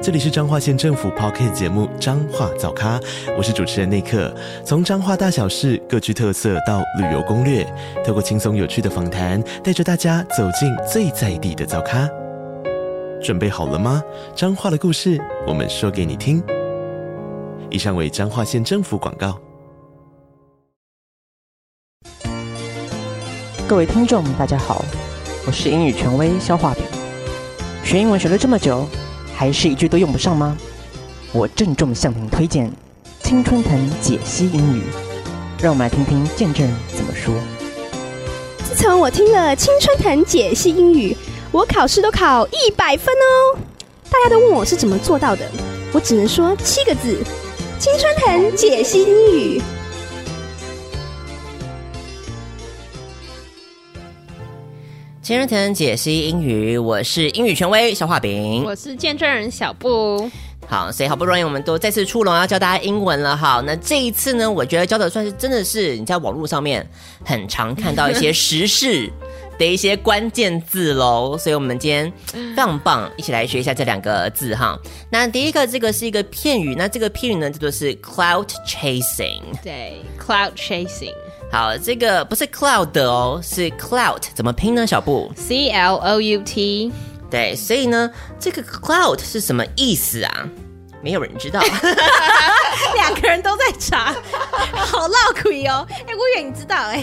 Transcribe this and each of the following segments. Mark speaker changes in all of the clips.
Speaker 1: 这里是彰化县政府 p o c k t 节目《彰化早咖》，我是主持人内克。从彰化大小事各具特色到旅游攻略，透过轻松有趣的访谈，带着大家走进最在地的早咖。准备好了吗？彰化的故事，我们说给你听。以上为彰化县政府广告。
Speaker 2: 各位听众，大家好，我是英语权威肖化平。学英文学了这么久，还是一句都用不上吗？我郑重向您推荐《青春藤解析英语》，让我们来听听见证人怎么说。
Speaker 3: 自从我听了青春藤解析英语，我考试都考一百分哦。大家都问我是怎么做到的，我只能说七个字：青春藤解析英语。
Speaker 4: 情人藤解析英语，我是英语权威小画饼。
Speaker 5: 我是见证人小布，
Speaker 4: 好，所以好不容易我们都再次出笼，要教大家英文了。好，那这一次呢，我觉得教的算是真的是你在网络上面很常看到一些时事的一些关键字喽。所以我们今天非常棒，一起来学一下这两个字哈。那第一个这个是一个片语，那这个片语呢叫做是 cloud chasing。
Speaker 5: 对，cloud chasing。
Speaker 4: 好，这个不是 cloud 的哦，是 cloud 怎么拼呢？小布
Speaker 5: C L O U T，
Speaker 4: 对，所以呢，这个 cloud 是什么意思啊？没有人知 道。
Speaker 3: 两个人都在查，好闹鬼哦！哎、我以为你知道哎、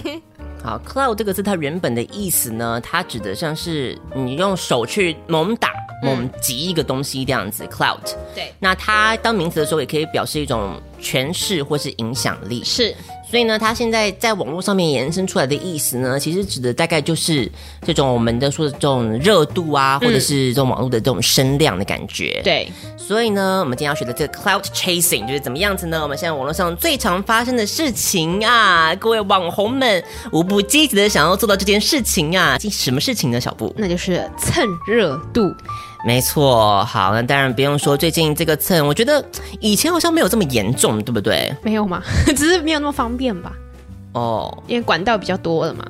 Speaker 4: 好，cloud 这个字它原本的意思呢，它指的像是你用手去猛打、
Speaker 5: 嗯
Speaker 4: 猛击一个东西这样子，cloud。
Speaker 5: 对，
Speaker 4: 那它当名词的时候，也可以表示一种权势或是影响力。
Speaker 5: 是
Speaker 4: 所以呢，它现在在网络上面延伸出来的意思呢，其实指的大概就是这种我们的说的这种热度啊，或者是这种网络的这种声量的感觉。。
Speaker 5: 嗯对，
Speaker 4: 所以呢，我们今天要学的这个 cloud chasing 就是怎么样子呢？我们现在网络上最常发生的事情啊，各位网红们无不积极的想要做到这件事情啊，这什么事情呢？小布，
Speaker 5: 那就是蹭热度。
Speaker 4: 没错，好，那当然不用说，最近这个蹭，我觉得以前好像没有这么严重，对不对？
Speaker 5: 没有吗？ 只是没有那么方便吧，
Speaker 4: 哦，
Speaker 5: 因为管道比较多了嘛。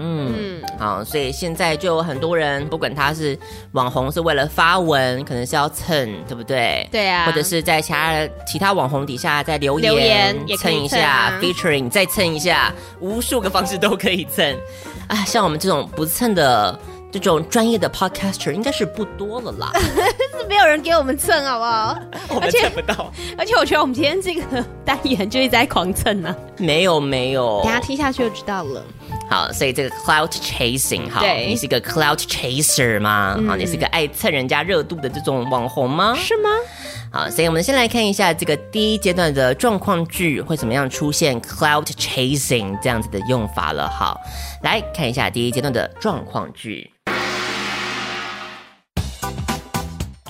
Speaker 4: 嗯，好，所以现在就有很多人，不管他是网红是为了发文，可能是要蹭，对不对？
Speaker 5: 对啊
Speaker 4: 或者是在其他的其他网红底下再留言
Speaker 5: 留言也可
Speaker 4: 蹭
Speaker 5: 以
Speaker 4: 一
Speaker 5: 蹭
Speaker 4: 下
Speaker 5: 啊
Speaker 4: ，featuring 再蹭一下，无数个方式都可以蹭。 啊，像我们这种不蹭的这种专业的 podcaster 应该是不多了 啦，
Speaker 3: 是没有人给我们蹭好不好？
Speaker 4: 我们
Speaker 3: 而且
Speaker 4: 蹭不到。
Speaker 3: 而且我觉得我们今天这个单元就一直在狂蹭
Speaker 5: 啊
Speaker 3: 呢、
Speaker 4: 没有没有，
Speaker 5: 等一下听下去就知道了。
Speaker 4: 好，所以这个 cloud chasing，好，
Speaker 5: 对嗯
Speaker 4: 你是一个 cloud chaser 吗？好，你是一个爱蹭人家热度的这种网红吗？
Speaker 5: 是吗？
Speaker 4: 好，所以我们先来看一下这个第一阶段的状况句会怎么样出现 cloud chasing 这样子的用法了。好，来看一下第一阶段的状况句。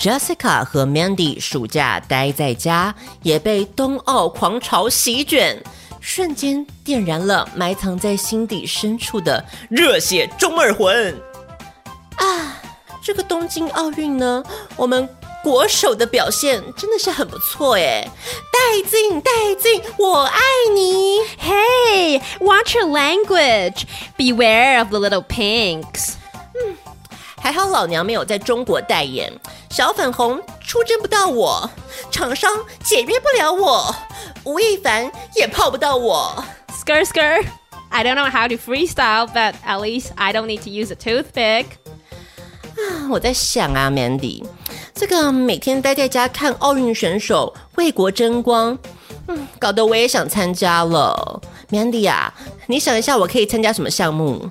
Speaker 4: Jessica 和 Mandy 暑假待在家，也被冬奥狂潮席卷，瞬间点燃了埋藏在心底深处的热血中二魂。这个东京奥运呢，我们国手的表现真的是很不错耶！带劲，带劲，我爱你！
Speaker 5: Hey, watch your language. Beware of the little pinks.
Speaker 4: 还好老娘没有在中国代言，小粉红出征不到我，厂商解约不了我，吴亦凡也泡不到我。
Speaker 5: Skr skr. I don't know how to freestyle, but at least I don't need to use a toothpick.
Speaker 4: 我在想啊，Mandy，这个每天待在家看奥运选手为国争光，嗯，搞得我也想参加了。Mandy 啊，你想一下，我可以参加什么项目？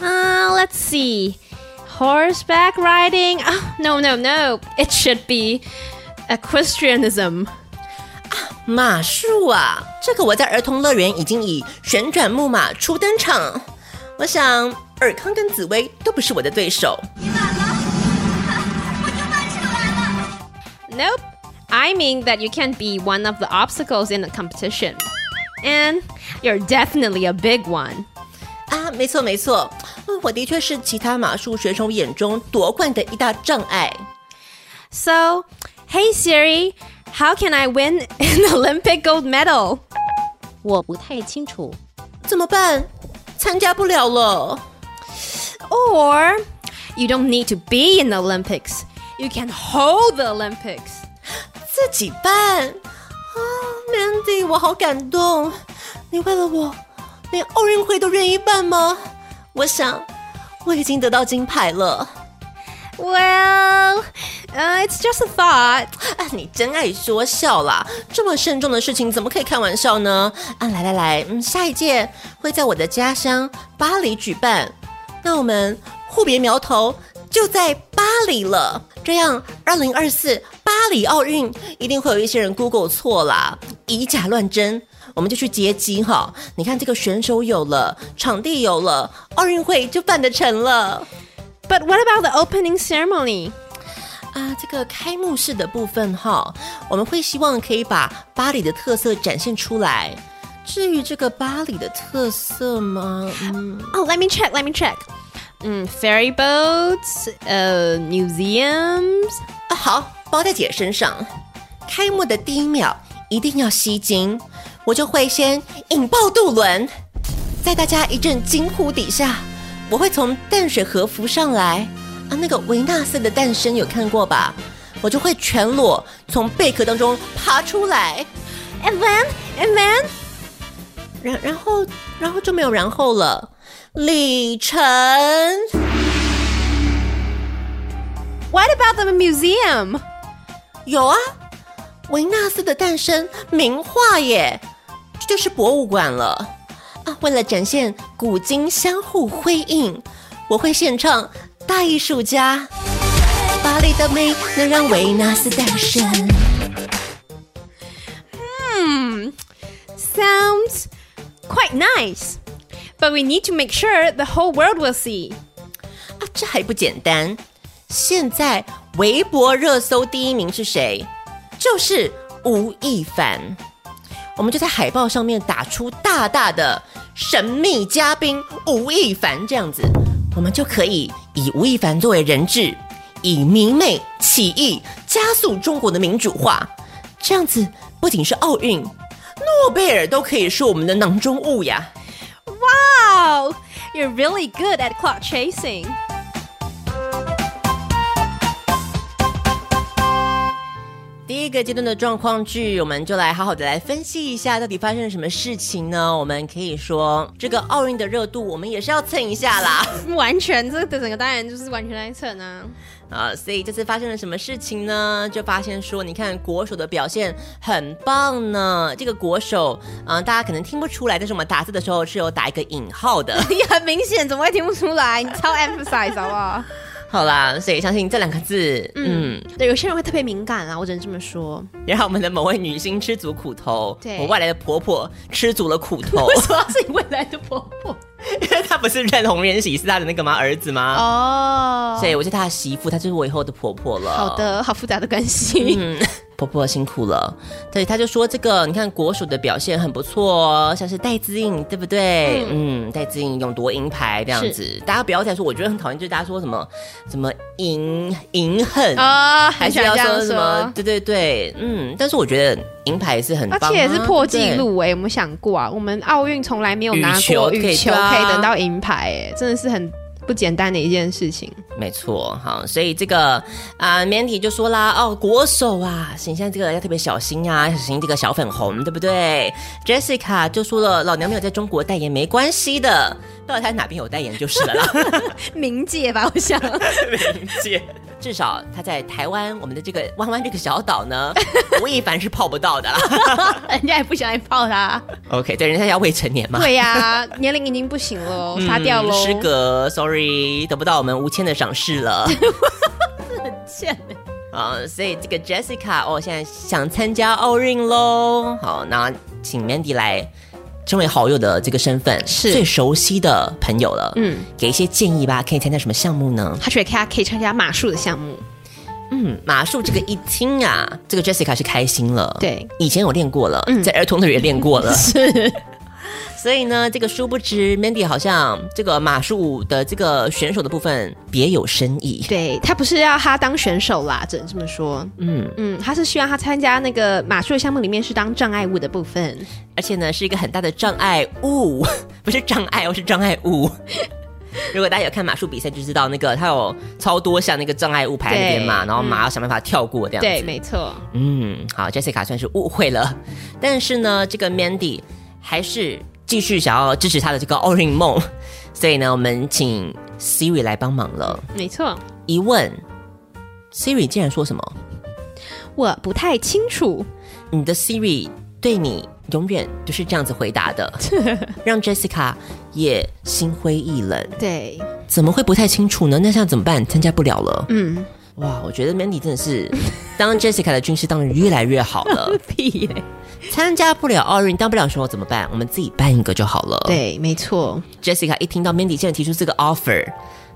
Speaker 5: Uh, let's see. Horseback riding? Oh, no, no, no. It should be equestrianism.
Speaker 4: 马术啊，这个我在儿童乐园已经以旋转木马初登场。我想尔康跟紫薇都不是我的对手。
Speaker 5: Nope. I mean that you can be one of the obstacles in the competition. And you're definitely a big one.
Speaker 4: 啊，没错没错，我的确是其他马术选手眼中夺冠的一大障碍。
Speaker 5: So, hey Siri, how can I win an Olympic gold medal?
Speaker 6: 我不太清楚。
Speaker 4: 怎么办？参加不了了。
Speaker 5: Or, you don't need to be in the Olympics. You can hold the Olympics.
Speaker 4: 自己办啊，Mandy，我好感动，你为了我连奥运会都愿意办吗？我想我已经得到金牌了，
Speaker 5: Well, uh, it's just a thought.
Speaker 4: 啊，你真爱说笑啦！这么慎重的事情怎么可以开玩笑呢？啊，来来来，嗯，下一届会在我的家乡巴黎举办，那我们互别苗头就在巴黎了。这样，二零二四巴黎奥运一定会有一些人 Google 错啦，以假乱真。我们就去截击哈！你看这个选手有了，场地有了，奥运会就办得成了。
Speaker 5: But what about the opening ceremony?
Speaker 4: 啊，这个开幕式的部分哈，我们会希望可以把巴黎的特色展现出来。至于这个巴黎的特色吗？嗯，
Speaker 5: Oh, let me check, let me check. Mm, ferry boats, uh, museums.
Speaker 4: 啊好，包在姐身上。开幕的第一秒一定要吸睛，我就会先引爆渡轮，在大家一阵惊呼底下，我会从淡水河浮上来。啊，那个维纳斯的诞生有看过吧？我就会全裸从贝壳当中爬出来。
Speaker 5: And then, and then,
Speaker 4: 然然后然后就没有然后了。里程
Speaker 5: what about the museum?
Speaker 4: 有啊，维纳斯的诞生名画耶，这就是博物馆了啊！为了展现古今相互辉映，我会献唱《大艺术家》。巴黎的美能让维纳斯诞生，
Speaker 5: Sounds quite nice. But we need to make sure the whole world will see.
Speaker 4: 啊，这还不简单！现在微博热搜第一名是谁？就是吴亦凡。我们就在海报上面打出大大的“神秘嘉宾吴亦凡”这样子，我们就可以以吴亦凡作为人质，以迷妹起义加速中国的民主化。这样子不仅是奥运，诺贝尔都可以是我们的囊中物呀！
Speaker 5: Wow! You're really good at clock chasing.
Speaker 4: Wow. 第一个阶段的状况剧，我们就来好好的来分析一下，到底发生了什么事情呢？我们可以说，这个奥运的热度，我们也是要蹭一下啦。 啊，所以这次发生了什么事情呢？就发现说，你看国手的表现很棒呢。这个国手，啊、大家可能听不出来，但是我们打字的时候是有打一个引号的。
Speaker 5: 你很明显，怎么会听不出来？你超 emphasize
Speaker 4: 好啦，所以相信这两个字，嗯，
Speaker 5: 好不好？对，有些人会特别敏感啊，我只能这么说。
Speaker 4: 也让我们的某位女星吃足苦头。
Speaker 5: 对
Speaker 4: 我外来的婆婆吃足了苦头，
Speaker 5: 主要是你未来的婆婆。
Speaker 4: 因为 她不是认红人喜是她的那个吗儿子吗？
Speaker 5: 哦，
Speaker 4: 所以我是她的媳妇，她就是我以后的婆婆了。
Speaker 5: 好的，好复杂的关系。
Speaker 4: 哦 嗯， 婆婆辛苦了。对，她就说这个，你看国手的表现很不错哦，像是戴资颖，对不对？嗯，戴资颖勇夺银牌这样子，大家不要再说，我觉得很讨厌，就是大家说什么什么银银恨
Speaker 5: 啊，
Speaker 4: 哦还
Speaker 5: 很喜
Speaker 4: 是
Speaker 5: 欢
Speaker 4: 要
Speaker 5: 这样
Speaker 4: 说什么
Speaker 5: 说？，
Speaker 4: 对对对，嗯，但是我觉得银牌是很棒
Speaker 5: 而
Speaker 4: 啊、
Speaker 5: 且也是破纪
Speaker 4: 对。
Speaker 5: 录哎，有没有想过啊？我们奥运从来没有拿
Speaker 4: 羽球
Speaker 5: 过
Speaker 4: 可
Speaker 5: 羽
Speaker 4: 以
Speaker 5: 球
Speaker 4: 对啊
Speaker 5: 可以得到银牌哎，真的是很不简单的一件事情。
Speaker 4: 没错，好，所以这个啊、m a n d y 就说啦，哦，国手啊，形象这个要特别小心啊，小心这个小粉红，对不对？Jessica 就说了，老娘没有在中国代言，没关系的，到底他哪边有代言就是了啦。
Speaker 5: 冥界吧，我想。
Speaker 4: 至少他在台湾，我们的这个弯弯这个小岛呢，吴亦凡是泡不到的啦。
Speaker 5: 人家也不想你泡他。
Speaker 4: OK，对，人家要未成年嘛。
Speaker 5: 对呀、年龄已经不行了，
Speaker 4: 嗯
Speaker 5: 杀掉喽。
Speaker 4: 失格，sorry，得不到我们吴谦的赏识 了。
Speaker 5: 贱
Speaker 4: 啊、所以这个 Jessica 哦，现在想参加奥运喽。好，那请 Mandy 来，身为好友的这个身份，
Speaker 5: 是
Speaker 4: 最熟悉的朋友了。嗯
Speaker 5: 嗯，
Speaker 4: 给一些建议吧，可以参加什么项目呢？
Speaker 5: 他觉得他可以参加马术的项目，
Speaker 4: 嗯，马术这个一听啊，这个 Jessica 是开心了。
Speaker 5: 对，
Speaker 4: 以前有练过了，在儿童乐园练过了，
Speaker 5: 嗯 是
Speaker 4: 所以呢，这个殊不知 Mandy 好像这个马术的这个选手的部分别有深意。
Speaker 5: 对他不是要他当选手啦，只能这么说。
Speaker 4: 嗯，
Speaker 5: 嗯，他是希望他参加那个马术的项目里面是当障碍物的部分。
Speaker 4: 而且呢是一个很大的障碍物， 不是障碍哦，是障碍物。 如果大家有看马术比赛，就知道那个它有超多像那个障碍物排在那边嘛，
Speaker 5: 对嗯
Speaker 4: 然后马要想办法跳过这样子。
Speaker 5: 对，没错。
Speaker 4: 嗯，好，Jessica 算是误会了，但是呢，这个 Mandy 还是继续想要支持她的这个奥运梦，所以呢，我们请 Siri 来帮忙了。
Speaker 5: 没错，
Speaker 4: 一问，Siri 竟然说什么？
Speaker 5: 我不太清楚。
Speaker 4: 你的 Siri 对你永远就是这样子回答的，让 Jessica 也心灰意冷。
Speaker 5: 对，
Speaker 4: 怎么会不太清楚呢？那现在怎么办？参加不了了。
Speaker 5: 嗯，
Speaker 4: 哇，我觉得 Mandy 真的是 当 Jessica 的军师当的越来越好了。
Speaker 5: 屁嘞、
Speaker 4: 参加不了奥运，当不了选手怎么办？我们自己办一个就好了。
Speaker 5: 对，没错。
Speaker 4: ，Jessica 一听到 Mandy 竟然提出这个 offer，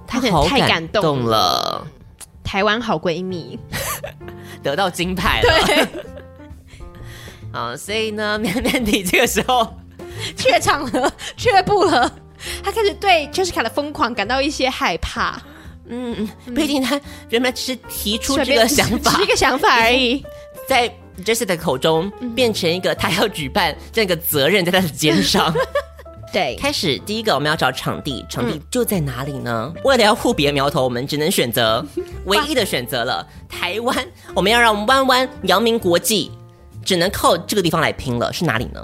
Speaker 4: 她
Speaker 5: 真的
Speaker 4: 好
Speaker 5: 太感
Speaker 4: 感动
Speaker 5: 动
Speaker 4: 了，
Speaker 5: 台湾好闺蜜，
Speaker 4: 得到金牌了。 对，啊，所以呢，Mandy 这个时候
Speaker 5: 怯场了，却步了。他开始对 Jessica 的疯狂感到一些害怕，
Speaker 4: 不一定她原来只是提出
Speaker 5: 随
Speaker 4: 这
Speaker 5: 嗯便
Speaker 4: 个想
Speaker 5: 只
Speaker 4: 法
Speaker 5: 是一，个想法而 已。
Speaker 4: 在 Jessica 的口中
Speaker 5: 嗯
Speaker 4: 变成一个她要举办这个责任在她的肩上。
Speaker 5: 对，
Speaker 4: 开始第一个我们要找场地，场
Speaker 5: 嗯
Speaker 4: 地就在哪里呢？为了要护别苗头，我们只能选 择唯一的选择了台湾。我们要让弯弯扬名国际，只能靠这个地方来拼了。是哪里呢？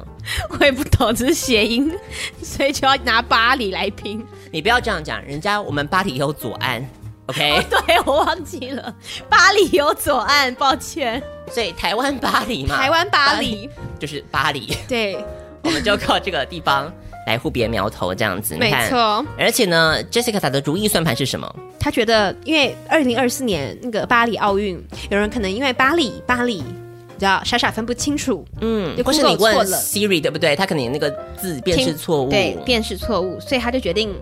Speaker 5: 我也不懂，只是谐音，所以就要拿巴黎来拼。
Speaker 4: 你不要这样讲，人家我们巴黎有左岸，OK？
Speaker 5: 哦对，哎我忘记了，巴黎有左岸，抱歉，
Speaker 4: 所以台湾巴黎嘛，
Speaker 5: 台湾巴黎。
Speaker 4: 就是巴黎，
Speaker 5: 对，
Speaker 4: 我们就靠这个地方来护别苗头，这样子。你
Speaker 5: 没
Speaker 4: 看。
Speaker 5: 错。
Speaker 4: 而且呢，Jessica 打的如意算盘是什么？
Speaker 5: 他觉得，因为二零二四年那个巴黎奥运，有人可能因为巴黎巴黎，你知道傻傻分不清楚，嗯，就
Speaker 4: 或是你
Speaker 5: Google
Speaker 4: 问
Speaker 5: 错了，
Speaker 4: Siri 对不对？他可能那个字辨识
Speaker 5: 听
Speaker 4: 错误，
Speaker 5: 对，辨识错误，所以他就决定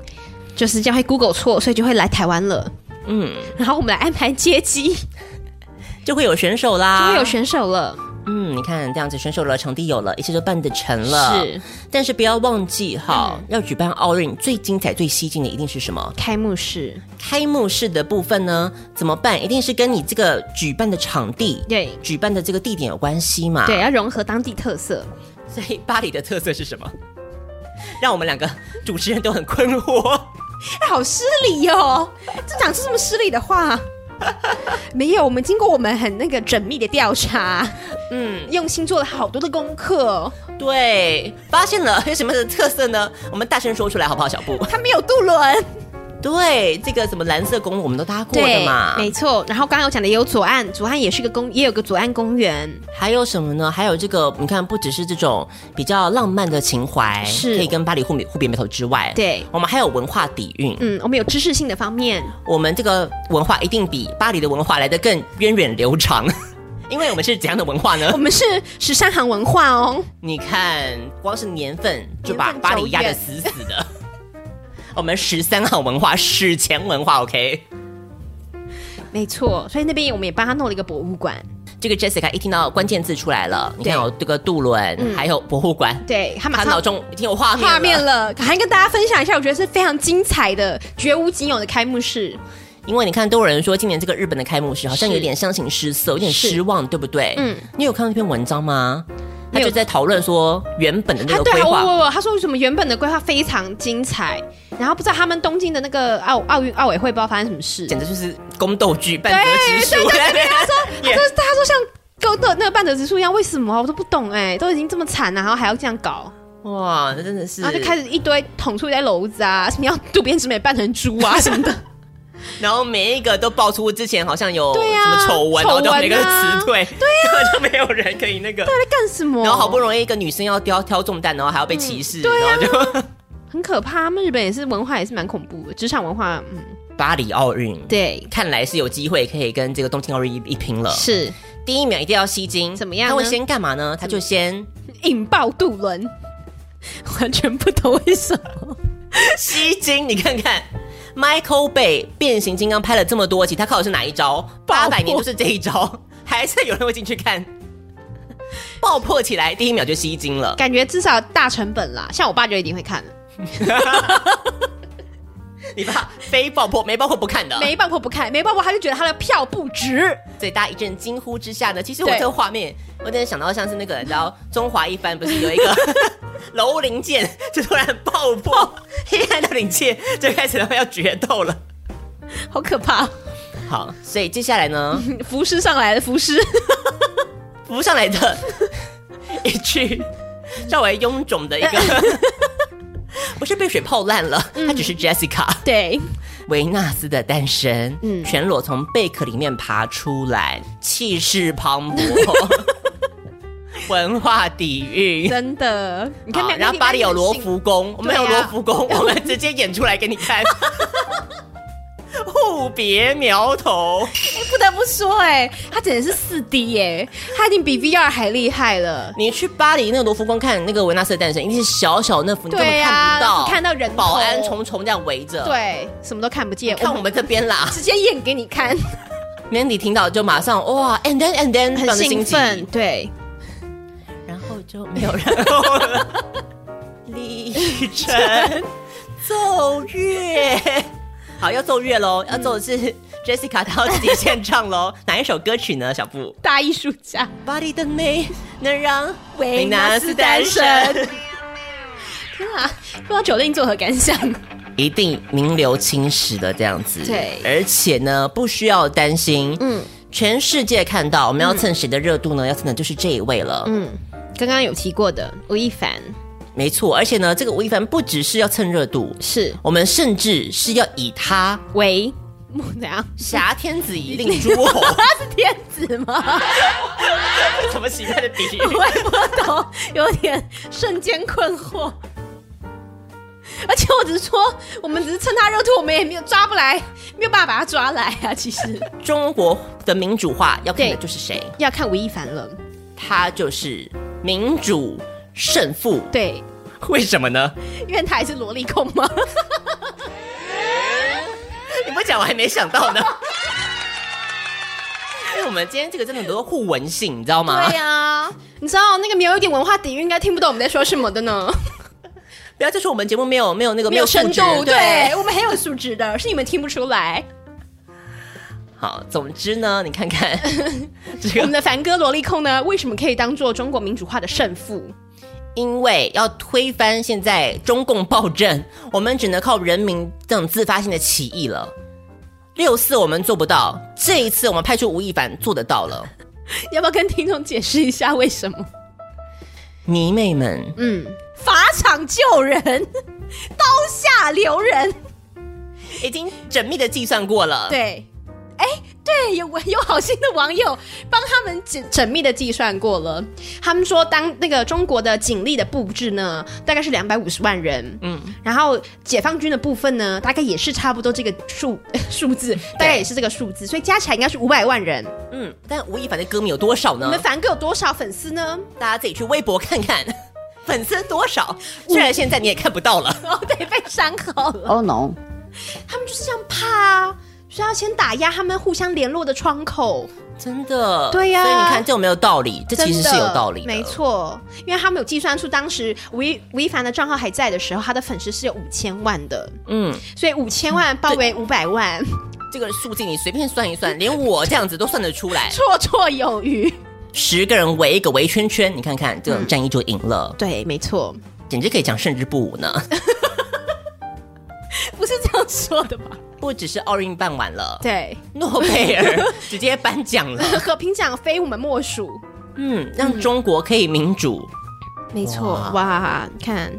Speaker 5: 就是这样会 Google 错，所以就会来台湾了。
Speaker 4: 嗯，
Speaker 5: 然后我们来安排接机，
Speaker 4: 就会有选手
Speaker 5: 就
Speaker 4: 啦，
Speaker 5: 会有选手了。
Speaker 4: 嗯，你看这样子，选手了，场地有了，一切就办得成啊了。
Speaker 5: 是，嗯
Speaker 4: 但是不要忘记哈，要举办奥运最精彩、最吸睛的一定是什么？
Speaker 5: 开幕式，
Speaker 4: 开幕式的部分呢？怎么办？一定是跟你这个举办的场地、
Speaker 5: 对
Speaker 4: 举办的这个地点有关系嘛？
Speaker 5: 对，。要融合当地特色。
Speaker 4: 所以巴黎的特色是什么？让我们两个主持人都很困惑。
Speaker 5: 哎，好失礼哦，这讲出这么失礼的话。没有，我们经过我们很那个缜密的调查，嗯，用心做了好多的功课、哦。
Speaker 4: 对，发现了有什么的特色呢？我们大声说出来好不好，小布？
Speaker 5: 它没有渡轮，
Speaker 4: 对，这个什么蓝色公路我们都搭过的嘛。
Speaker 5: 没错。然后刚刚有讲的也有左岸，左岸也是个公，也有个左岸公园，
Speaker 4: 还有什么呢？还有这个，你看，不只是这种比较浪漫的情怀，
Speaker 5: 是
Speaker 4: 可以跟巴黎互别互别眉头之外，
Speaker 5: 对
Speaker 4: 我们还有文化底蕴。
Speaker 5: 嗯，我们有知识性的方面，
Speaker 4: 我们这个文化一定比巴黎的文化来得更源远流长， 因为我们是怎样的文化呢
Speaker 5: 我？们是十三行文化哦，
Speaker 4: 你看，光是年份就把
Speaker 5: 年份
Speaker 4: 巴黎压得
Speaker 5: 久远
Speaker 4: 死死的。 我们十三行文化，史前文化，OK。
Speaker 5: 没错。所以那边我们也帮他弄了一个博物馆，
Speaker 4: 这个 Jessica 一听到关键字出来了，你看
Speaker 5: 对
Speaker 4: 有这个渡轮，还有博物馆，
Speaker 5: 对他马
Speaker 4: 他脑
Speaker 5: 上。
Speaker 4: 中已经有画面了
Speaker 5: 画面了，赶快跟大家分享一下，我觉得是非常精彩的、绝无仅有的开幕式。
Speaker 4: 因为你看，都有人说今年这个日本的开幕式好像
Speaker 5: 是
Speaker 4: 有点相形失色，有点
Speaker 5: 是
Speaker 4: 失望，对不对？嗯
Speaker 5: 嗯，
Speaker 4: 你有看到那篇文章吗？他
Speaker 5: 没有
Speaker 4: 就在讨论说原本的那
Speaker 5: 他
Speaker 4: 个
Speaker 5: 对
Speaker 4: 规
Speaker 5: 啊，我
Speaker 4: 划，
Speaker 5: 我我，他说什么原本的规划非常精彩，然后不知道他们东京的那个奥奥运奥委会不知道发生什么事，
Speaker 4: 简直就是宫斗剧半泽直树。 他说，
Speaker 5: 他说他说像勾的那个半泽直树一样，为什么啊我都不懂哎、都已经这么惨了、然后还要这样搞，
Speaker 4: 哇，那真的是，
Speaker 5: 然后就开始一堆捅出一堆篓子啊，什么要渡边直美扮成猪啊什么 的，
Speaker 4: 然后每一个都爆出之前好像有
Speaker 5: 对啊
Speaker 4: 什么丑闻，然后就
Speaker 5: 丑闻啊
Speaker 4: 每个人辞退，对呀、根 本就没有人可以那个。
Speaker 5: 在干什么？
Speaker 4: 然后好不容易一个女生要挑挑重担，然后还要被歧
Speaker 5: 嗯
Speaker 4: 视，
Speaker 5: 啊
Speaker 4: 然后就
Speaker 5: 很可怕，他们日本也是文化也是蛮恐怖的，职场文化，嗯，
Speaker 4: 巴黎奥运，
Speaker 5: 对，
Speaker 4: 看来是有机会可以跟这个东京奥运一一拼了。
Speaker 5: 是
Speaker 4: 第一秒一定要吸睛，
Speaker 5: 怎么样呢
Speaker 4: 他会先干嘛呢？他就先
Speaker 5: 引爆渡轮，完全不懂为什么。
Speaker 4: 吸睛，你看看。Michael Bay 变形金刚拍了这么多集，他靠的是哪一招？八
Speaker 5: 爆破
Speaker 4: 百年就是这一招，还是有人会进去看。爆破起来，第一秒就吸睛了。
Speaker 5: 感觉至少大成本啦。像我爸就一定会看的，
Speaker 4: 你爸非爆破没爆破不看的，
Speaker 5: 没爆破不看，没爆破他就觉得他的票不值。
Speaker 4: 所以大家一阵惊呼之下呢，其实我
Speaker 5: 对
Speaker 4: 这个画面，我真的想到像是那个，然后中华一番不是有一 个楼灵剑就突然爆破，黑暗的灵界就开始他们要决斗了。
Speaker 5: 好可怕！
Speaker 4: 好，所以接下来呢，
Speaker 5: 浮尸上来的 浮尸，
Speaker 4: 浮上来的 一具稍微臃肿的一 个，不是被水泡烂了，它只是
Speaker 5: 嗯
Speaker 4: Jessica
Speaker 5: 对，
Speaker 4: 维纳斯的诞生，
Speaker 5: 嗯
Speaker 4: 全裸从贝壳里面爬出来，气势磅 礴，文化底蕴。
Speaker 5: 真的。你看
Speaker 4: 好，
Speaker 5: 两
Speaker 4: 啊
Speaker 5: 个
Speaker 4: 然后
Speaker 5: 礼拜
Speaker 4: 巴黎有罗
Speaker 5: 没有信，
Speaker 4: 浮宫，我们有
Speaker 5: 对
Speaker 4: 罗
Speaker 5: 啊
Speaker 4: 浮宫，我们直接演出来给你看， 互别苗头。
Speaker 5: 不得不说、哎，他简直是四 D 耶，他已经比 VR 还厉害了。
Speaker 4: 你去巴黎那个罗浮宫看那个维纳斯的诞生，一定是小小那幅，你根本
Speaker 5: 对
Speaker 4: 看
Speaker 5: 啊
Speaker 4: 不到，
Speaker 5: 你看到人头
Speaker 4: 保安重重这样围着。，
Speaker 5: 对，嗯什么都看不见，
Speaker 4: 看我们这边啦。
Speaker 5: 直接演给你看，
Speaker 4: Mandy 听到就马上哇，and then and then
Speaker 5: 很
Speaker 4: 放在心
Speaker 5: 兴
Speaker 4: 急
Speaker 5: 奋。对，
Speaker 4: 然后就没 有然后了。李晨奏乐，好要奏乐喽，要奏的是 Jessica 她要自己献唱喽。 哪一首歌曲呢？小布，
Speaker 5: 大艺术家。
Speaker 4: 巴黎的美能让
Speaker 5: 维纳斯单身。天啊，不知道九令作何感想？
Speaker 4: 一定名留青史的这样子。
Speaker 5: 对
Speaker 4: 而且呢，不需要担心，嗯，全世界看到我们要蹭谁的热度呢？要蹭的就是这一位了，嗯，
Speaker 5: 刚刚有提过的吴亦凡
Speaker 4: 没错。而且呢，这个吴亦凡不只是要蹭热度，
Speaker 5: 是
Speaker 4: 我们甚至是要以他
Speaker 5: 为木娘，
Speaker 4: 挟天子以令诸 侯，
Speaker 5: 他是天子吗？
Speaker 4: 什么奇怪的比喻？
Speaker 5: 我也不懂，有点瞬间困惑。而且我只是说，我们只是趁他热度，我们也没有抓不来，没有办法把他抓来啊。其实
Speaker 4: 中国的民主化要看的
Speaker 5: 对
Speaker 4: 就是谁，
Speaker 5: 要看吴亦凡了，
Speaker 4: 他就是民主胜负。
Speaker 5: 对，
Speaker 4: 为什么呢？
Speaker 5: 因为他还是萝莉控嘛。
Speaker 4: 你不讲我还没想到呢。 因为我们今天这个真的很多互文性，你知道吗？
Speaker 5: 对呀、你知道那个没有一点文化底蕴，应该听不懂我们在说什么的呢。
Speaker 4: 不要再说我们节目没有没有那个
Speaker 5: 没有
Speaker 4: 素
Speaker 5: 深
Speaker 4: 质
Speaker 5: 度，对。我们很有素质的，是你们听不出来。
Speaker 4: 好，总之呢，你看 看这
Speaker 5: 我们
Speaker 4: 个，
Speaker 5: 的凡哥萝莉控呢，为什么可以当做中国民主化的胜负？
Speaker 4: 因为要推翻现在中共暴政， 我们只能靠人民这种自发性的起义了。六四我们做不到，这一次我们派出吴亦凡做得到了。
Speaker 5: 要不要跟听众解释一下为什么？
Speaker 4: 迷妹们，
Speaker 5: 嗯，法场救人，刀下留人。
Speaker 4: 已经缜密的计算过了，，
Speaker 5: 对，哎，对，有有好心的网友帮他们缜缜密的计算过了，他们说当那个中国的警力的布置呢，大概是两百五十万人，嗯，然后解放军的部分呢，大概也是差不多这个数 数字，大概也是这个数字，所以加起来应该是五百万人。
Speaker 4: 嗯。但吴亦凡的歌迷有多少
Speaker 5: 你
Speaker 4: 呢
Speaker 5: 们？凡哥有多少粉 丝呢？
Speaker 4: 大家自己去微博看 看，粉丝多少？虽然现在你也看不到了。
Speaker 5: 哦，对，被删号了。
Speaker 6: 哦 no，
Speaker 5: 他们就是这样怕啊，所以要先打压他们互相联络的窗口。
Speaker 4: 真的，
Speaker 5: 对呀
Speaker 4: 所以你看，这有没有道理？这
Speaker 5: 真
Speaker 4: 其
Speaker 5: 的
Speaker 4: 实是有道理的，
Speaker 5: 没。错，因为他们有计算出当时吴亦吴亦凡的账号还在的时候，他的粉丝是有五千万的，
Speaker 4: 嗯，
Speaker 5: 所以五千万包围五百万，。
Speaker 4: 这个数字你随便算一算，连我这样子都算得出来
Speaker 5: 绰绰有余。
Speaker 4: 十个人围一个围圈圈，你看看这种战役就赢了，
Speaker 5: 对，没错，
Speaker 4: 简直可以讲胜之不武呢。
Speaker 5: 不是这样说的吧？
Speaker 4: 不只是奥运办完了，
Speaker 5: 对，
Speaker 4: 诺贝尔直接颁奖了。
Speaker 5: 和平奖非我们莫属。
Speaker 4: 嗯，让中国可以民主
Speaker 5: 没错，
Speaker 4: 哇
Speaker 5: 哇，你看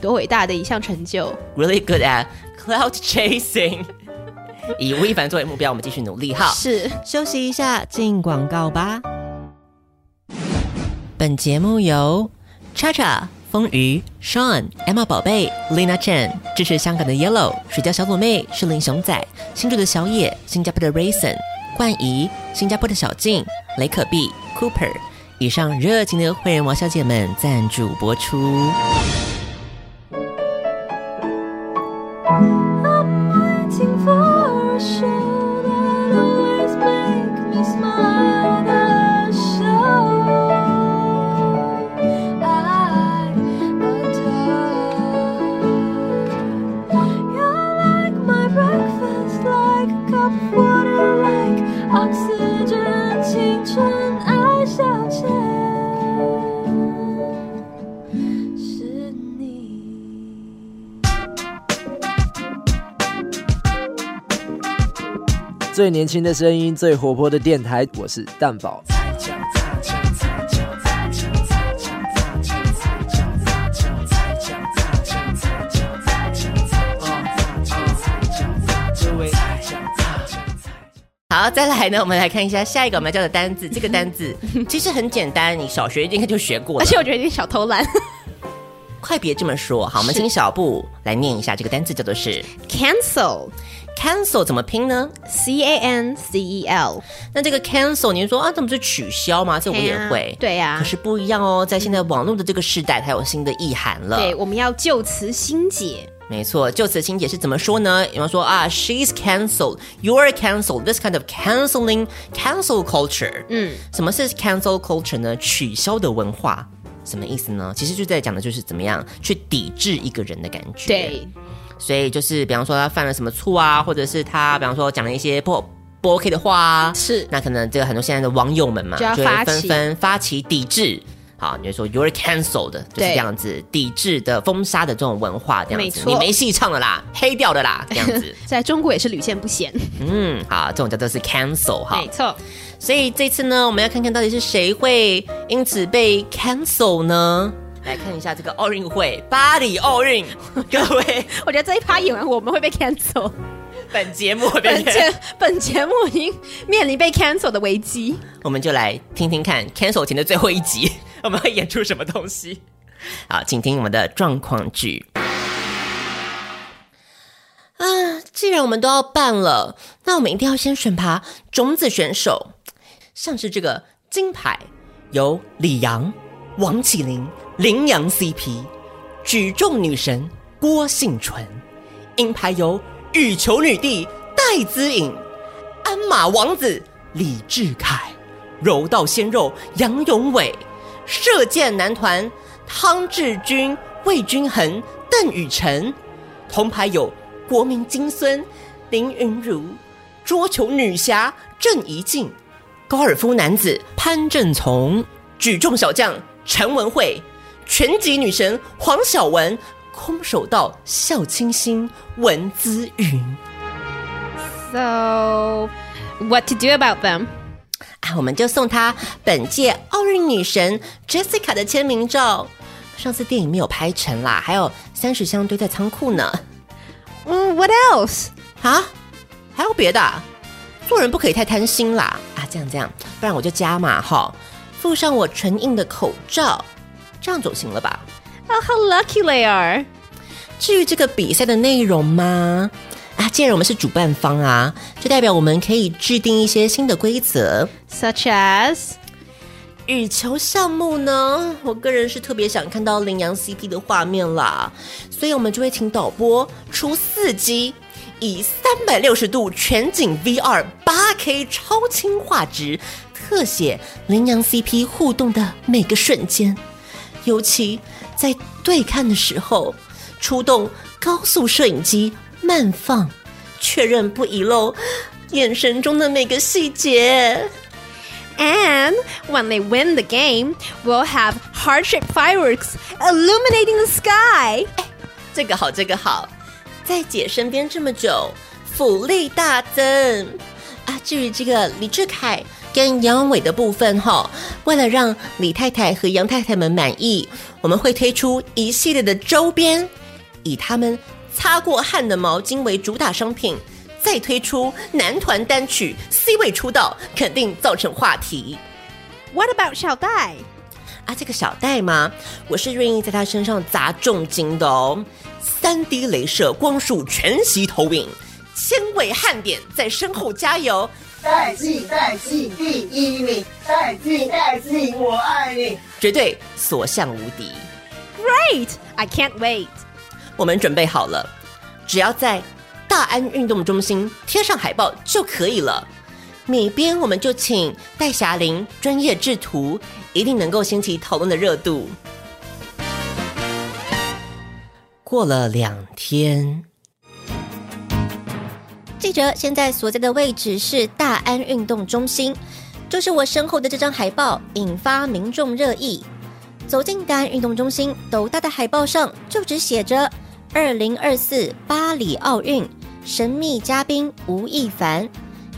Speaker 5: 多伟大的一项成就！
Speaker 4: ，really good at cloud chasing。以吴亦凡作为目标，我们继续努力哈。
Speaker 5: 是
Speaker 4: 休息一下，进广告吧。本节目由叉叉、风鱼、Sean、Emma 宝贝、Lina Chen 支持香港的 Yellow、水饺小卤妹、是林熊仔、新竹的小野、新加坡的 Raisin、冠怡、新加坡的小静、雷可碧、Cooper。以上热情的会员王小姐们赞助播出。
Speaker 7: Waiting for a show that always make me smile. The show
Speaker 8: 最年轻的声音，最活泼的电台，我是蛋宝。
Speaker 4: 好，再来呢，我们来看一下下一个我们要教的单字。这个单 字其实很简单，你小学应该就学过
Speaker 5: 而
Speaker 4: 了。
Speaker 5: 且我觉得有点 小偷懒。
Speaker 4: 快别这么说，好，我们
Speaker 5: 是
Speaker 4: 请小布来念一下这个单字，叫做是
Speaker 5: Cancel，C
Speaker 4: cancel，怎么拼呢？
Speaker 5: A N C E L，
Speaker 4: 那这个 cancel，你是说啊，怎么是取消吗？这我也会，
Speaker 5: 对哎啊呀、
Speaker 4: 可是不一样哦，在现在网络的这个时代，它有新的意涵了。
Speaker 5: 对，我们要就词心解。
Speaker 4: 没错，就此请解释怎么说呢？有人说啊，she's cancelled, you're cancelled, this kind of canceling cancel culture。嗯，什么是 cancel culture 呢？取消的文化。什么意思呢？其实就在讲的就是怎么样去抵制一个人的感觉。，
Speaker 5: 对，
Speaker 4: 所以就是比方说他犯了什么错啊，或者是他比方说讲了一些不不 OK 的话啊，
Speaker 5: 是
Speaker 4: 那可能这个很多现在的网友们嘛，
Speaker 5: 就要
Speaker 4: 会
Speaker 5: 发
Speaker 4: 纷
Speaker 5: 起
Speaker 4: 纷发起抵制。好，你就说 you're cancelled，就是
Speaker 5: 对
Speaker 4: 这样子抵制的、封杀的这种文化，这样
Speaker 5: 没
Speaker 4: 子，
Speaker 5: 错
Speaker 4: 你没戏唱了啦，黑掉的 啦，这样子。
Speaker 5: 在中国也是屡见不鲜。
Speaker 4: 嗯，好，这种叫做是 cancel 哈。
Speaker 5: 错，
Speaker 4: 所以这次呢，我们要看看到底是谁会因此被 cancel 呢？来看一下这个奥运会，巴黎奥运， 各位，
Speaker 5: 我觉得这一趴演完我们会被 cancel。
Speaker 4: 本节目会被
Speaker 5: 本节本节目已经面临被 cancel 的危机。
Speaker 4: 我们就来听听看 cancel 前的最后一集， 我们会演出什么东西。好，请听我们的状况剧。啊，既然我们都要办了，那我们一定要先选拔种子选手。像是这个金牌有李阳、王起麟、羚羊 CP，举重女神郭幸纯；银牌有羽球女帝戴资颖、鞍马王子李志凯、柔道鲜肉杨永伟、射箭男团汤志军、魏均衡、邓宇晨，铜牌有国民金孙林云如、桌球女侠郑怡静、高尔夫男子潘正从、举重小将陈文慧、拳击女神黄晓雯、空手道孝清新文姿云。
Speaker 5: So what to do about them？
Speaker 4: 啊，我们就送她本届奥运女神 Jessica 的签名照。上次电影没有拍成啦，还有三十箱堆在仓库呢。
Speaker 5: 嗯，What else？
Speaker 4: 啊，还有别的啊、做人不可以太贪心啦！啊，这样这样，不然我就加码哈，附上我唇印的口罩，这样总行了吧？
Speaker 5: Oh, how lucky they are！
Speaker 4: 至于这个比赛的内容吗？啊，既然我们是主办方啊，就代表我们可以制定一些新的规则。
Speaker 5: Such as
Speaker 4: 羽球项目呢，我个人是特别想看到羚羊 CP 的画面啦，所以我们就会请导播出四机，以三百六十度全景 VR 八 K 超清画质特写羚羊 CP 互动的每个瞬间，尤其在对看的时候，出动高速摄影机慢放，确认不遗漏眼神中的每个细节。
Speaker 5: And when they win the game, we'll have heart-shaped fireworks illuminating the sky.
Speaker 4: 这个好，这个好，在姐身边这么久，福利大增啊！至于这个李志凯跟杨伟的部分哈，为了让李太太和杨太太们满意，我们会推出一系列的周边，以他们擦过汗的毛巾为主打商品，再推出男团单曲 C 位出道，肯定造成话题。
Speaker 5: What about 小戴？
Speaker 4: 啊，这个小戴吗？我是愿意在他身上砸重金的哦。三 D 镭射光束全息投影，千位汉典在身后加油。
Speaker 9: 代际代际第一名，代际代际我爱你。
Speaker 4: 绝对所向无敌。
Speaker 5: Wait, I can't wait.
Speaker 4: 我们准备好了，只要在大安运动中心贴上海报就可以了。每边我们就请戴霞玲专业制图，一定能够掀起讨论的热度。过了两天，
Speaker 6: 记者现在所在的位置是大安运动中心，就是我身后的这张海报引发民众热议。走进大安运动中心，斗大的海报上就只写着“二零二四巴黎奥运神秘嘉宾吴亦凡”，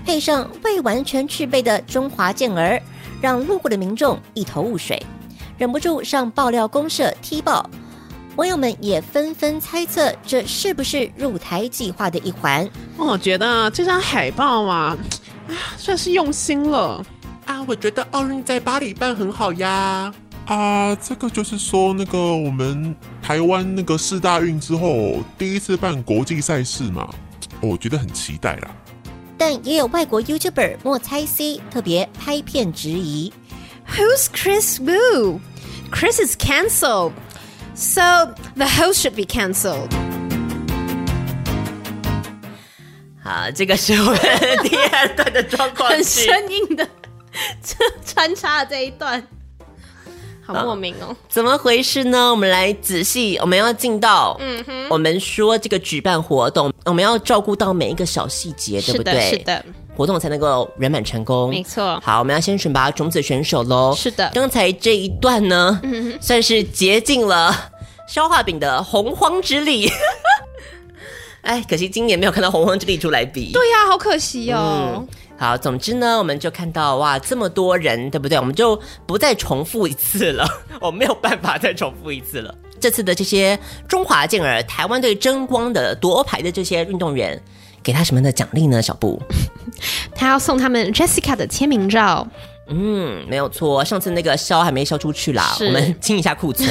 Speaker 6: 配上未完全具备的中华健儿，让路过的民众一头雾水，忍不住上爆料公社踢爆。网友们也纷纷猜测，这是不是入台计划的一环？
Speaker 10: 我哦觉得这张海报啊，啊，算是用心了。
Speaker 11: 啊，我觉得奥运在巴黎办很好呀。
Speaker 12: 啊，这个就是说，那个我们台湾那个四大运之后，第一次办国际赛事嘛，哦我觉得很期待啦。
Speaker 6: 但也有外国 YouTuber 莫猜 C 特别拍片质疑。
Speaker 5: Who's Chris Wu? Chris is cancelled, so the host should be cancelled.
Speaker 4: 好，这个是我们第二段的状况
Speaker 5: 很
Speaker 4: 剧
Speaker 5: 生硬 的，这穿插了这一段，好莫名哦。
Speaker 4: 怎么回事呢？我们来仔细，我们要进到，
Speaker 5: 嗯哼，
Speaker 4: 我们说这个举办活动，我们要照顾到每一个小细节，对
Speaker 5: 是
Speaker 4: 不
Speaker 5: 的，
Speaker 4: 对？
Speaker 5: 是。的，
Speaker 4: 活动才能够圆满成功，
Speaker 5: 没错
Speaker 4: 好，我们要先选拔种子选手喽。
Speaker 5: 是的嗯
Speaker 4: 刚才这一段呢，算是竭尽了消化饼的洪荒之 力。哎，可惜今年没有看到洪荒之力出来比。
Speaker 5: 对呀，好可惜哦。
Speaker 4: 好，总之呢，我们就看到哇，这么多人，对不对？我们就不再重复一次了， 我没有办法再重复一次了。这次的这些中华健儿、台湾队争光的夺牌的这些运动员，给他什么样的奖励呢？小布，
Speaker 5: 他要送他们 Jessica 的签名照，
Speaker 4: 嗯，没有错，上次那个销还没销出去啦，
Speaker 5: 是
Speaker 4: 我们清一下库 存。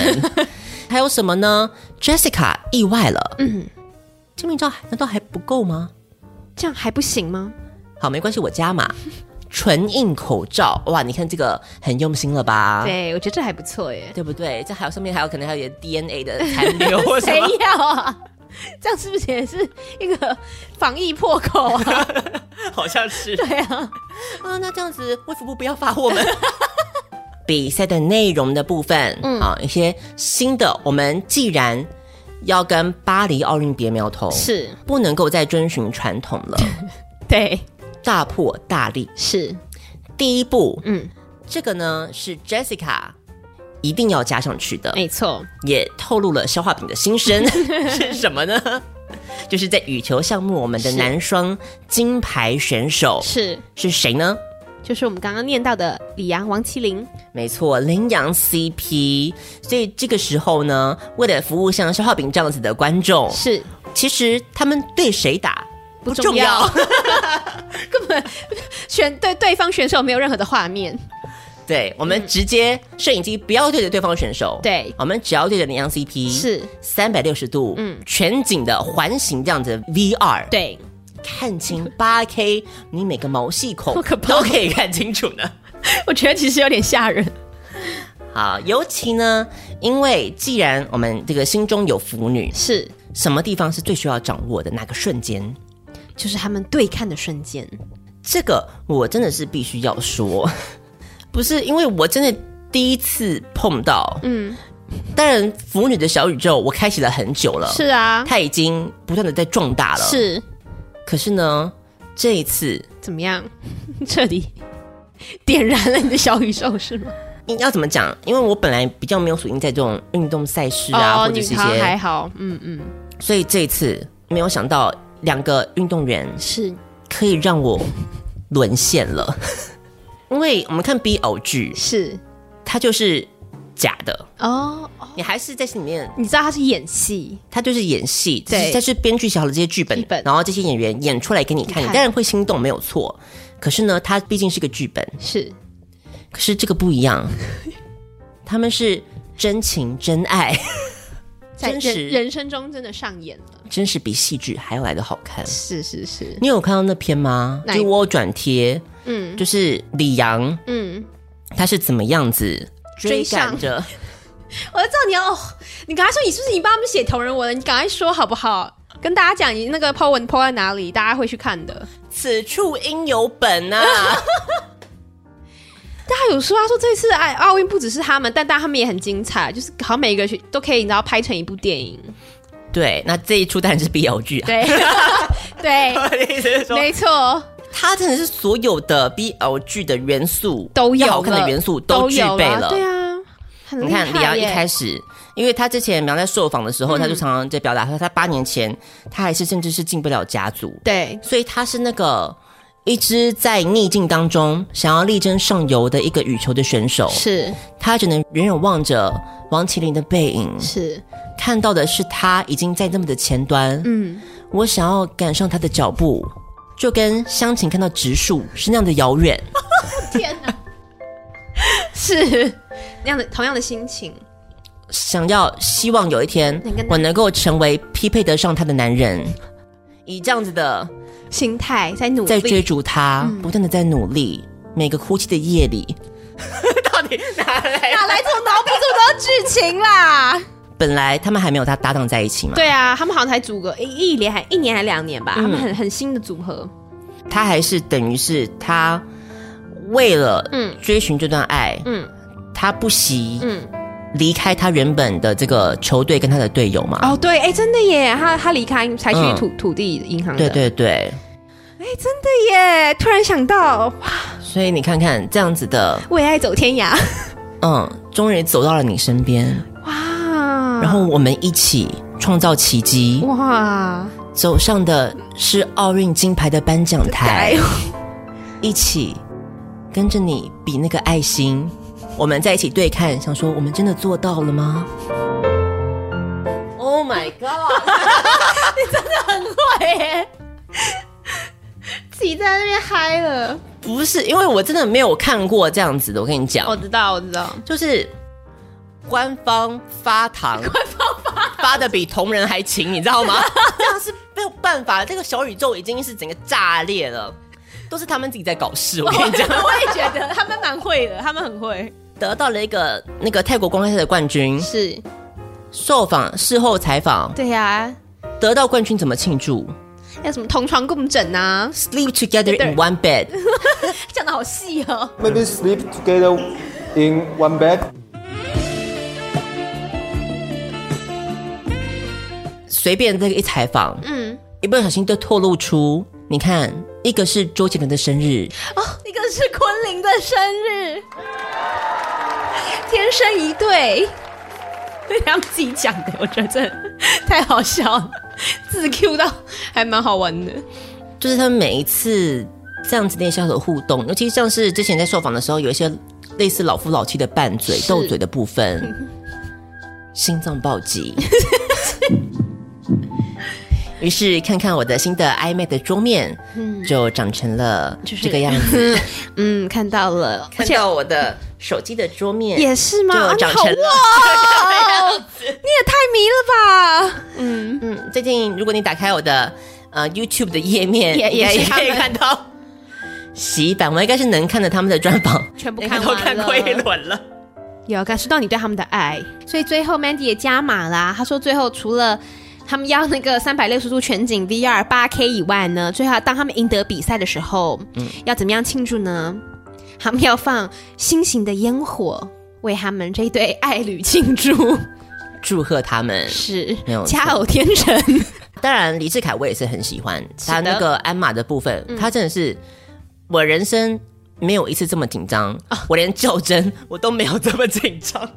Speaker 4: 还有什么呢？Jessica 意外了，嗯，签名照难道还不够吗？
Speaker 5: 这样还不行吗？
Speaker 4: 好，没关系，我加 码。唇印口罩，哇，你看这个很用心了吧？
Speaker 5: 对，我觉得这还不错耶。
Speaker 4: 对不对？这还有上面还有可能还有点 DNA 的残 留或什
Speaker 5: 谁
Speaker 4: 么，
Speaker 5: 要啊？这样是不是也是一个防疫破口啊？
Speaker 4: 好像是
Speaker 5: 对啊，
Speaker 4: 啊。那这样子，卫福部不要罚我们。 比赛的内容的部分，嗯啊，一些新的，我们既然要跟巴黎奥运别苗头，
Speaker 5: 是
Speaker 4: 不能够再遵循传统 了，
Speaker 5: 对，
Speaker 4: 大破大立。
Speaker 5: 是，
Speaker 4: 第一步，
Speaker 5: 嗯，
Speaker 4: 这个呢是 Jessica 一定要加上去的，
Speaker 5: 没错，
Speaker 4: 也透露了消化饼的心声是什么呢？就是在羽球项目，我们的
Speaker 5: 是
Speaker 4: 男双金牌选手
Speaker 5: 是，
Speaker 4: 是谁呢？
Speaker 5: 就是我们刚刚念到的李阳、王麒麟，
Speaker 4: 没错，羚羊 CP。所以这个时候呢，为了服务像消化饼这样子的观众，
Speaker 5: 是
Speaker 4: 其实他们对谁打不重要，
Speaker 5: 不 根本选对对方选手没有任何的画面，
Speaker 4: 对我们直接摄影机不要对着对方选手，
Speaker 5: 对
Speaker 4: 我们只要对着羚羊 CP
Speaker 5: 是
Speaker 4: 三百六十度，嗯，全景的环形这样子的 VR，
Speaker 5: 对，
Speaker 4: 看清八 K，你每个毛细孔
Speaker 5: 好可怕
Speaker 4: 都可以看清楚呢。
Speaker 5: 我觉得其实有点吓人，
Speaker 4: 好，尤其呢，因为既然我们这个心中有腐女，
Speaker 5: 是，
Speaker 4: 什么地方是最需要掌握的？哪个瞬间？
Speaker 5: 就是他们对看的瞬间，
Speaker 4: 这个我真的是必须要说， 不是因为我真的第一次碰到，
Speaker 5: 嗯，
Speaker 4: 当然腐女的小宇宙我开启了很久了，
Speaker 5: 是，啊，
Speaker 4: 它已经不断的在壮大了，，
Speaker 5: 是
Speaker 4: 可是呢，这一次
Speaker 5: 怎么样？ 这里点燃了你的小宇宙是吗？
Speaker 4: 你要怎么讲？因为我本来比较没有属于在这种运动赛事啊，
Speaker 5: 哦，
Speaker 4: 或者
Speaker 5: 女
Speaker 4: 是一
Speaker 5: 团还
Speaker 4: 些，
Speaker 5: 好，嗯嗯，
Speaker 4: 所以这一次没有想到两个运动员
Speaker 5: 是
Speaker 4: 可以让我沦陷了， 因为我们看 BL 剧，
Speaker 5: 是
Speaker 4: 它就是假的，
Speaker 5: 哦，
Speaker 4: 你还是在心里面，
Speaker 5: 你知道他是演戏，
Speaker 4: 它就是演戏，只
Speaker 5: 对
Speaker 4: 是它是编剧写好了这些剧本
Speaker 5: 剧，本
Speaker 4: 然后这些演员演出来给你看，
Speaker 5: 你
Speaker 4: 你
Speaker 5: 看
Speaker 4: 当然会心动，没有错。可是呢，它毕竟是个剧本，
Speaker 5: 是
Speaker 4: 可是这个不一样，他们是真情真爱。
Speaker 5: 在
Speaker 4: 真
Speaker 5: 人
Speaker 4: 实
Speaker 5: 人生中真的上演了，
Speaker 4: 真是比戏剧还要来的好看。
Speaker 5: 是是是，
Speaker 4: 你有看到那篇吗？
Speaker 5: 哪
Speaker 4: 就
Speaker 5: 一
Speaker 4: 是我有转贴，
Speaker 5: 嗯
Speaker 4: 就是李阳
Speaker 5: 嗯，
Speaker 4: 他是怎么样子
Speaker 5: 追
Speaker 4: 追
Speaker 5: 上
Speaker 4: 赶着，
Speaker 5: 我就知道你要，哦你刚才说你是不是你帮他们写同人文了？你赶快说好不好？跟大家讲你那个 po 文 po 在哪里，大家会去看的。
Speaker 4: 此处应有本 啊！
Speaker 5: 大家有说，他说这次哎奥运不只是他们，但但他们也很精彩，就是好像每一个去都可以，你知道拍成一部电影。
Speaker 4: 对，那这一出当然是 BL 剧啊。
Speaker 5: 对对，
Speaker 4: 我的意思是说，
Speaker 5: 没错，
Speaker 4: 他真的是所有的 BL 剧的元素
Speaker 5: 都有
Speaker 4: 要好看的
Speaker 5: 了
Speaker 4: 元素
Speaker 5: 都
Speaker 4: 都具
Speaker 5: 有
Speaker 4: 备
Speaker 5: 了
Speaker 4: 了。
Speaker 5: 对啊，很
Speaker 4: 你
Speaker 5: 厉害
Speaker 4: 看李阳一
Speaker 5: 耶嗯
Speaker 4: 开始，因为他之前苗在受访的时候，他就常常在表达说，他八年前他还是甚至是进不了甲组，
Speaker 5: 对
Speaker 4: 所以他是那个一支在逆境当中想要力争上游的一个羽球的选手，
Speaker 5: 是
Speaker 4: 他只能远远望着王麒麟的背影，
Speaker 5: 是
Speaker 4: 看到的是他已经在那么的前端，
Speaker 5: 嗯，
Speaker 4: 我想要赶上他的脚步，就跟湘琴看到植树是那样的遥远。
Speaker 5: 天哪，是那样的同样的心情。
Speaker 4: 想要希望有一天
Speaker 5: 能跟他
Speaker 4: 我能够成为匹配得上他的男人，以这样子的
Speaker 5: 心态在努力，
Speaker 4: 在追逐他，
Speaker 5: 嗯
Speaker 4: 不断的在努力。每个哭泣的夜里，
Speaker 5: 到底哪来哪来这种脑补这么多剧情啦？
Speaker 4: 本来他们还没有他搭档在一起嘛，
Speaker 5: 对啊，他们好像才组个一一年还一年还两年吧，
Speaker 4: 嗯
Speaker 5: 他们很很新的组合，
Speaker 4: 他还是等于是他为了
Speaker 5: 嗯
Speaker 4: 追寻这段爱，
Speaker 5: 嗯
Speaker 4: 他不惜
Speaker 5: 嗯，
Speaker 4: 离开他原本的这个球队跟他的队友嘛。
Speaker 5: 哦对，哎真的耶，他他离开才去
Speaker 4: 嗯
Speaker 5: 土土地银行
Speaker 4: 对
Speaker 5: 的，
Speaker 4: 对对，
Speaker 5: 哎真的耶，突然想到，哇
Speaker 4: 所以你看看这样子的，
Speaker 5: 为爱走天 涯，
Speaker 4: 嗯，终于走到了你身边，
Speaker 5: 哇，
Speaker 4: 然后我们一起创造奇迹，
Speaker 5: 嗯哇，
Speaker 4: 走上的是奥运金牌的颁奖台，一起跟着你比那个爱心，我们在一起对看，想说我们真的做到了吗？Oh my god！
Speaker 5: 你真的很会耶，自己在那边嗨了，
Speaker 4: 不是，因为我真的没有看过这样子的，我跟你讲，
Speaker 5: 我知道我知道，。
Speaker 4: 就是官方发糖，官方发发的比同人还勤，你知道吗？这样是没有办法，这个小宇宙已经是整个炸裂了，都是他们自己在搞事，我跟你讲
Speaker 5: 哦 我也觉得他们蛮会的，他们很会，
Speaker 4: 得到了一个那个泰国公开赛的冠军，
Speaker 5: 是
Speaker 4: 受访事后采访，
Speaker 5: 对呀、
Speaker 4: 得到冠军怎么庆祝
Speaker 5: 要什么同床共枕啊，
Speaker 4: ？Sleep together in one bed，
Speaker 5: 讲的好细哦。
Speaker 13: Maybe sleep together in one bed.
Speaker 4: 随便这个一采访，
Speaker 5: 嗯，
Speaker 4: 一不小心就透露出，你看，一个是周杰伦的生日，
Speaker 5: 哦，一个是昆凌的生 日，天生一对， 对他们自己讲的，我觉得真的太好笑了，自 Q 到还蛮好玩的。
Speaker 4: 就是他们每一次这样子内销的互动，尤其像是之前在受访的时候，有一些类似老夫老妻的拌嘴、
Speaker 5: 是
Speaker 4: 斗嘴的部分， 心脏暴击。 于是看看我的新的 iMac 的桌面，
Speaker 5: 嗯
Speaker 4: 就长成了
Speaker 5: 就是
Speaker 4: 这个样子。
Speaker 5: 嗯，看到了，而
Speaker 4: 看
Speaker 5: 且
Speaker 4: 到我的手机的桌面
Speaker 5: 也是吗？
Speaker 4: 就长
Speaker 5: 啊
Speaker 4: 成
Speaker 5: 你
Speaker 4: 了。
Speaker 5: 好哇哦，你也太迷了吧？嗯
Speaker 4: 嗯，最近如果你打开我的呃 YouTube 的页面，
Speaker 5: 也也
Speaker 4: 也可以
Speaker 5: 也
Speaker 4: 看到洗版，我应该是能看着他们的专访，
Speaker 5: 全部
Speaker 4: 应
Speaker 5: 看
Speaker 4: 该都
Speaker 5: 完
Speaker 4: 看
Speaker 5: 了
Speaker 4: 过一轮了。
Speaker 5: 有感受到你对他们的爱，所以最后 Mandy 也加码啦、他说最后除了他们要那个三百六十度全景 VR 八 K 以外呢，最后当他们赢得比赛的时候，要怎么样庆祝呢？他们要放心形的烟火，为他们这一对爱侣庆祝，
Speaker 4: 祝贺他们。
Speaker 5: 是
Speaker 4: 没有错
Speaker 5: 佳偶天成。
Speaker 4: 当然，李志凯我也是很喜欢
Speaker 5: 是的嗯
Speaker 4: 他那个鞍马的部分，他真的是我人生没有一次这么紧张，
Speaker 5: 哦
Speaker 4: 我连较真我都没有这么紧 张。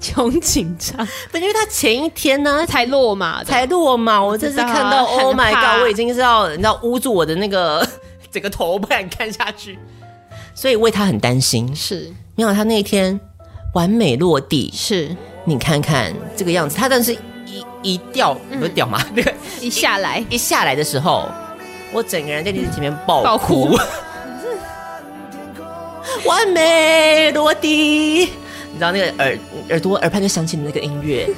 Speaker 5: 穷紧张，
Speaker 4: 对，因为他前一天呢
Speaker 5: 才落马，
Speaker 4: 才落马，我这次
Speaker 5: 知道啊
Speaker 4: 看到
Speaker 5: 很
Speaker 4: Oh my
Speaker 5: 怕
Speaker 4: God，我已经是要你知道捂住我的那 个整个头，不敢看下去，所以为他很担心。
Speaker 5: 是，
Speaker 4: 没有他那一天完美落地，
Speaker 5: 是
Speaker 4: 你看看这个样子，他但是一一掉
Speaker 5: 嗯
Speaker 4: 不是掉嘛， 那个
Speaker 5: 一下来
Speaker 4: 一下来的时候，我整个人在电视前面爆
Speaker 5: 爆 哭
Speaker 4: 完美落地。你知道那个耳耳朵耳畔就响起那个音乐，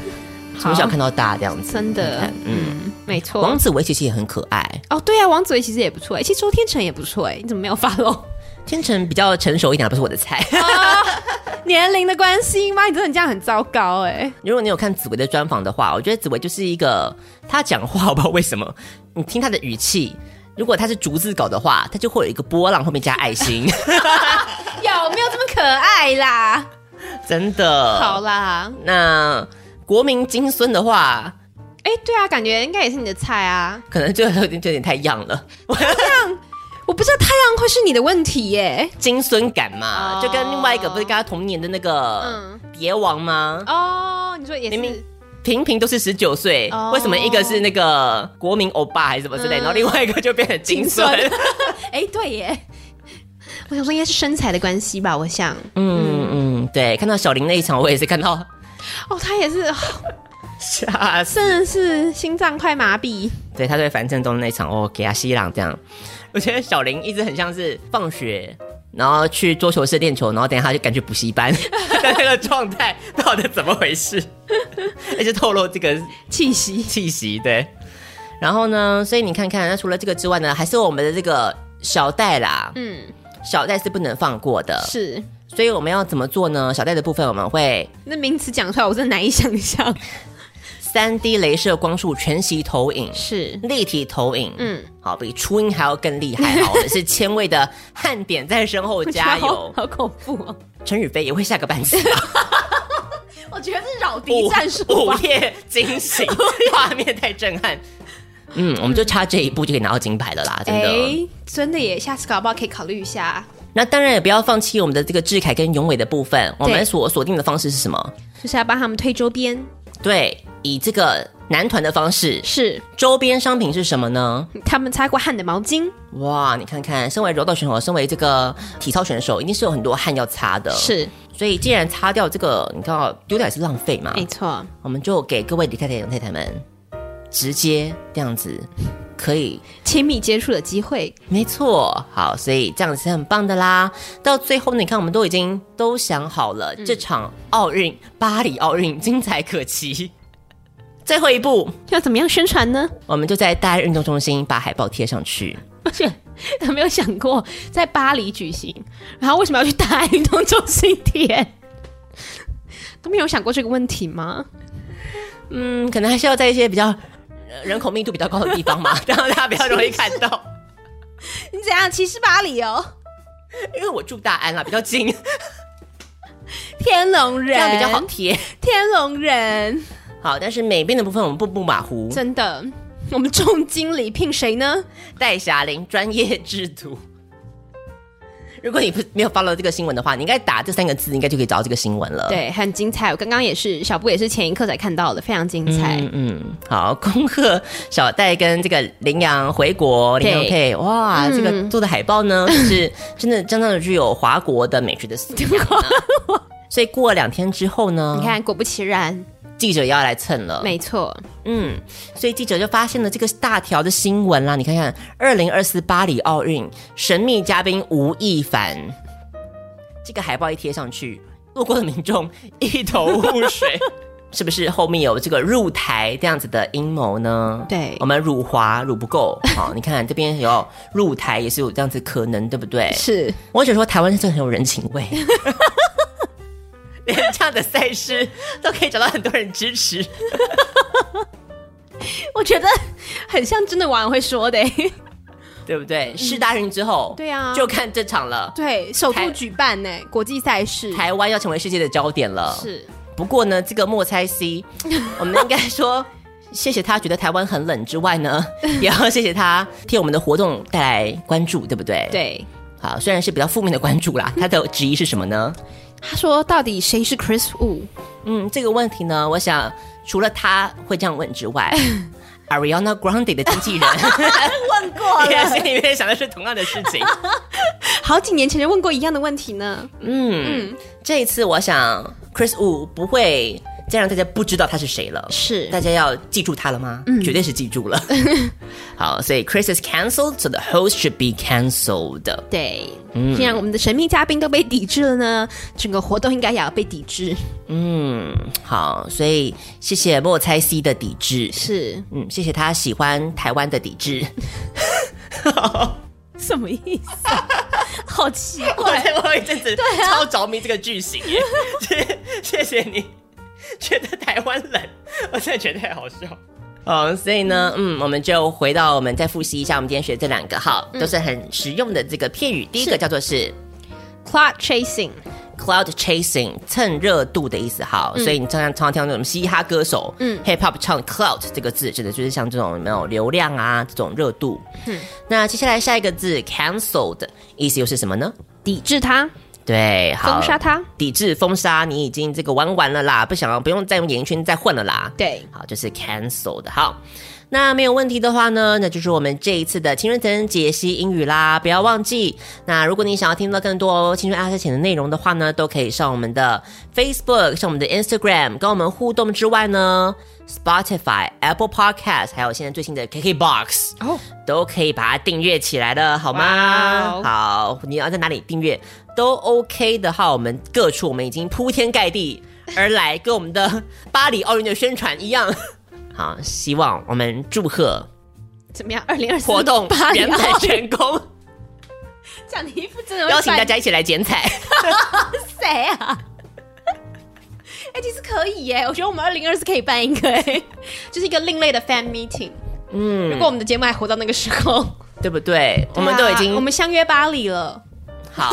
Speaker 4: 从小看到大这样子，
Speaker 5: 真的
Speaker 4: 你看嗯，
Speaker 5: 没错。
Speaker 4: 王子维其实也很可爱，
Speaker 5: 哦，对啊，王子维其实也不错哎，其实周天成也不错哎，你怎么没有发喽？
Speaker 4: 天成比较成熟一点，不是我的 菜。
Speaker 5: 年龄的关系吗？你真的这样很糟糕哎、
Speaker 4: 如果你有看紫薇的专访的话，我觉得紫薇就是一个她讲话，我不知道为什么，你听她的语气，如果她是逐字稿的话，她就会有一个波浪后面加爱 心，
Speaker 5: 有没有这么可爱啦？
Speaker 4: 真的。
Speaker 5: 好，啦，
Speaker 4: 那国民金孙的话，
Speaker 5: 哎、对啊，感觉应该也是你的菜啊。
Speaker 4: 可能就有点就有点太样 了，
Speaker 5: 我不知道太阳会是你的问题耶、
Speaker 4: 金孙感嘛，
Speaker 5: 哦
Speaker 4: 就跟另外一个不是跟他同年的那个
Speaker 5: 嗯，
Speaker 4: 蝶王吗？
Speaker 5: 哦，你说也是，
Speaker 4: 明明频频都是十九岁，
Speaker 5: 哦
Speaker 4: 为什么一个是那个国民欧巴还是什么之类，
Speaker 5: 嗯
Speaker 4: 然后另外一个就变成金孙？
Speaker 5: 哎、对耶，我想说应该是身材的关系吧，我想。
Speaker 4: 嗯嗯，对，看到小林那一场，我也是看到
Speaker 5: 哦，他也是，
Speaker 4: 吓 死，
Speaker 5: 真的是心脏快麻痹。
Speaker 4: 对他对樊振东那一场，哦，给他吸朗这样。我觉得小林一直很像是放学，然后去桌球室练球，然后等一下他就赶去补习班 的那个状态，到底怎么回事？ 而且透露这个
Speaker 5: 气息，
Speaker 4: 气息对。然后呢，所以你看看，那除了这个之外呢，还是我们的这个小戴啦，
Speaker 5: 嗯，
Speaker 4: 小戴是不能放过的，。
Speaker 5: 是。
Speaker 4: 所以我们要怎么做呢？小戴的部分我们会
Speaker 5: 那名词讲出来，我真的难以想象。
Speaker 4: 三 D 镭射光束全息投影，
Speaker 5: 是
Speaker 4: 立体投影，
Speaker 5: 嗯，
Speaker 4: 好，比初音还要更厉害。哦 好，我们是千位的汉典在身后加油，
Speaker 5: 好恐怖哦！
Speaker 4: 陈宇飞也会下个半死，
Speaker 5: 我觉得是扰
Speaker 4: 午
Speaker 5: 敌战术
Speaker 4: 午
Speaker 5: 吧。
Speaker 4: 夜惊 醒，画面太震撼。嗯，我们就差这一步就可以拿到金牌了啦，真的。
Speaker 5: 哎，真的耶！下次搞不好可以考虑一下，
Speaker 4: 那当然也不要放弃我们的这个志凯跟永伟的部分，我们
Speaker 5: 对
Speaker 4: 所锁定的方式是什么？
Speaker 5: 就是要帮他们推周边。
Speaker 4: 对，以这个男团的方式
Speaker 5: 是
Speaker 4: 周边商品是什么呢？
Speaker 5: 他们擦过汗的毛巾
Speaker 4: 哇，你看看，身为柔道选手，身为这个体操选手，一定是有很多汗要擦的。，
Speaker 5: 是
Speaker 4: 所以既然擦掉这个，你看哦丢掉也是浪费嘛。
Speaker 5: 没错，
Speaker 4: 我们就给各位李太太、杨太太们直接这样子，可以
Speaker 5: 亲密接触的机会。
Speaker 4: 没错，好，所以这样子是很棒的啦。到最后呢，你看我们都已经都想好了，这场奥运巴黎奥运精彩可期。 最后一步，
Speaker 5: 要怎么样宣传呢？
Speaker 4: 我们就在大爱运动中心把海报贴上去。
Speaker 5: 而且没 有想过在巴黎举行，然后为什么要去大爱运动中心贴？ 都没有想过这个问题吗？
Speaker 4: 嗯，可能还是要在一些比较呃人口密度比较高的地方嘛， 这样大家比较容易看到。
Speaker 5: 你怎样歧视巴黎哦？
Speaker 4: 因为我住大安啦，比较 近，
Speaker 5: 天龙
Speaker 4: 这
Speaker 5: 人
Speaker 4: 样比较好，贴。
Speaker 5: 天龙人
Speaker 4: 好，但是美编的部分我们步步马虎。
Speaker 5: 真的，我们重金礼聘谁呢？
Speaker 4: 戴霞玲专业制图。如果你不没有 follow 这个新闻的话，你应该打这三个字，应该就可以找到这个新闻了。
Speaker 5: 对，很精彩。我刚刚也是，小布也是前一刻才看到的，非常精彩。
Speaker 4: 嗯，嗯，好，恭贺小戴跟这个羚羊回国，羚羊
Speaker 5: 对
Speaker 4: K，哇，
Speaker 5: 嗯
Speaker 4: 这个做的海报 呢，就是真的相当的具有华国的美学的思想 啊、所以过了两天之后呢，
Speaker 5: 你看，果不其然，
Speaker 4: 记者要来蹭了，
Speaker 5: 没错，
Speaker 4: 嗯，所以记者就发现了这个大条的新闻啦。你看看，二零二四巴黎奥运神秘嘉宾吴亦凡，这个海报一贴上去，路过的民众一头雾 水，是不是后面有这个入台这样子的阴谋呢？
Speaker 5: 对
Speaker 4: 我们辱华辱不够， 好，你看这边有入台也是有这样子可能，对不对？
Speaker 5: 是
Speaker 4: 我只能说台湾是很有人情味。 连这样的赛事都可以找到很多人支持，
Speaker 5: 我觉得 很像真的网友会说的、欸
Speaker 4: 对不对？世大运之后，
Speaker 5: 嗯对啊
Speaker 4: 就看这场了。
Speaker 5: 对，首
Speaker 4: 台
Speaker 5: 度举办呢、国际赛事，
Speaker 4: 台湾要成为世界的焦点了。，
Speaker 5: 是
Speaker 4: 不过呢，这个莫猜 C，我们应该说谢谢他，觉得台湾很冷之外 呢，也要谢谢他替我们的活动带来关注，对不对？。
Speaker 5: 对。
Speaker 4: 好，虽然是比较负面的关注 啦，他的质疑是什么呢？
Speaker 5: 他说：“到底谁是 Chris Wu？”
Speaker 4: 嗯，这个问题呢，我想除了他会这样问之 外，Ariana Grande 的经纪人
Speaker 5: 问过
Speaker 4: 也
Speaker 5: 了，
Speaker 4: 心里面想的是同样的事情。
Speaker 5: 好几年前就问过一样的问题呢。
Speaker 4: 嗯，这一次我想 Chris Wu 不会再让大家不知道他是谁了，
Speaker 5: 是
Speaker 4: 大家要记住他了吗？
Speaker 5: 嗯
Speaker 4: 绝对是记 住了。好，所以 Chris is cancelled, so the host should be cancelled。
Speaker 5: 对，
Speaker 4: 嗯
Speaker 5: 既然我们的神秘嘉宾都被抵制了呢，整个活动应该也要被抵制。
Speaker 4: 嗯，好，所以谢谢莫猜 C 的抵制，
Speaker 5: 是
Speaker 4: 嗯，谢谢他喜欢台湾的抵制。
Speaker 5: 什么意思啊、 好奇
Speaker 4: 我
Speaker 5: 怪，
Speaker 4: 我有一阵子超着迷这个剧情 耶，谢谢谢你，觉得台湾冷，我真的觉得太好笑。哦，所以呢，嗯，我们就回到我们再复习一下我们今天学的这两个哈，
Speaker 5: 嗯
Speaker 4: 都是很实用的这个片语。第一个叫做是
Speaker 5: cloud chasing，
Speaker 4: cloud chasing，蹭热度的意思哈。
Speaker 5: 嗯
Speaker 4: 所以你常常常常听到那种嘻哈歌手，
Speaker 5: 嗯
Speaker 4: 嗯，hip hop 唱 cloud 这个字，指的就是像这种有没有流量啊这种热度。
Speaker 5: 嗯
Speaker 4: 那接下来下一个字 cancelled，意思又是什么呢？
Speaker 5: 抵制他。
Speaker 4: 对，好，
Speaker 5: 封杀他，
Speaker 4: 抵制封杀，你已经这个玩完了啦，不想要不用再用演艺圈再混了啦。
Speaker 5: 对，
Speaker 4: 好，这、就是 cancel 的。好，那没有问题的话呢，那就是我们这一次的青春藤解析英语啦，不要忘记。那如果你想要听到更多青春爱消遣的内容的话呢，都可以上我们的 Facebook，上我们的 Instagram 跟我们互动之外呢。Spotify、Apple Podcast，还有现在最新的 KKBox，
Speaker 5: 哦、oh.，
Speaker 4: 都可以把它订阅起来了，好吗
Speaker 5: ？Wow.
Speaker 4: 好，你要在哪里订阅都 OK 的话，我们各处我们已经铺天盖 地而来，跟我们的巴黎奥运的宣传一样。 好，希望我们祝贺
Speaker 5: 怎么样？二零二四
Speaker 4: 活动
Speaker 5: 巴黎
Speaker 4: 圆满成功。
Speaker 5: 这样你衣服真的
Speaker 4: 邀请大家一起来剪彩，
Speaker 5: 谁啊？哎、欸，其实可以耶，我觉得我们二零二四可以办一个 哎，就是一个另类的 fan meeting。
Speaker 4: 嗯，
Speaker 5: 如果我们的节目还活到那个时候，
Speaker 4: 对不对？ 對啊、我们都已经
Speaker 5: 我们相约巴黎了。
Speaker 4: 好，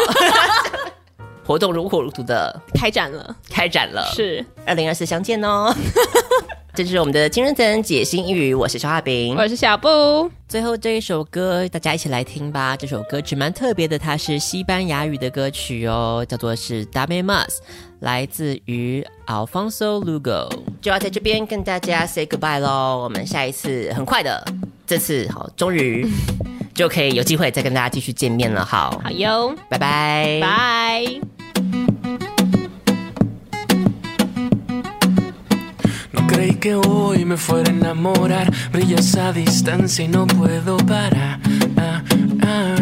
Speaker 4: 活动如火如荼的
Speaker 5: 开展了，
Speaker 4: 开展了，
Speaker 5: 是
Speaker 4: 二零二四相见哦。 这是我们的金人森解心英语，我是小画饼，
Speaker 5: 我是小布。
Speaker 4: 最后这一首歌，大家一起来听吧。这首歌曲蛮特别的，它是西班牙语的歌曲哦，叫做是《d a m e Mas》，来自于 Alfonso Lugo。就要在这边跟大家 say goodbye 喽。我们下一次很快的，这次好，终于就可以有机会再跟大家继续见面了。好，
Speaker 5: 好哟，
Speaker 4: 拜拜，
Speaker 5: 拜。
Speaker 14: creí que hoy me fuera a enamorar. Brillas a distancia y no puedo parar. Ah, ah,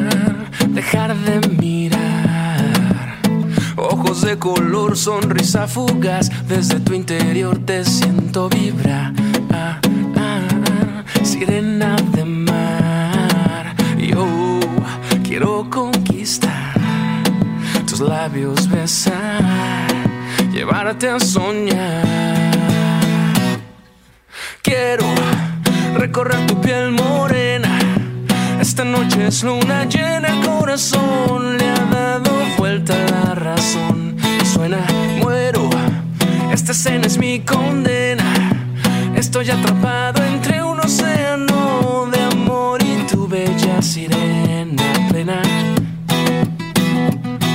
Speaker 14: dejar de mirar. Ojos de color, sonrisa fugaz. Desde tu interior te siento vibrar. Ah, sirena de mar. Yo quiero conquistar tus labios, besar. Llevarte a soñar. Quiero recorrer tu piel morena. Esta noche es luna llena, el corazón le ha dado vuelta la razón. Suena, muero. Esta escena es mi condena. Estoy atrapado entre un océano de amor y tu bella sirena plena,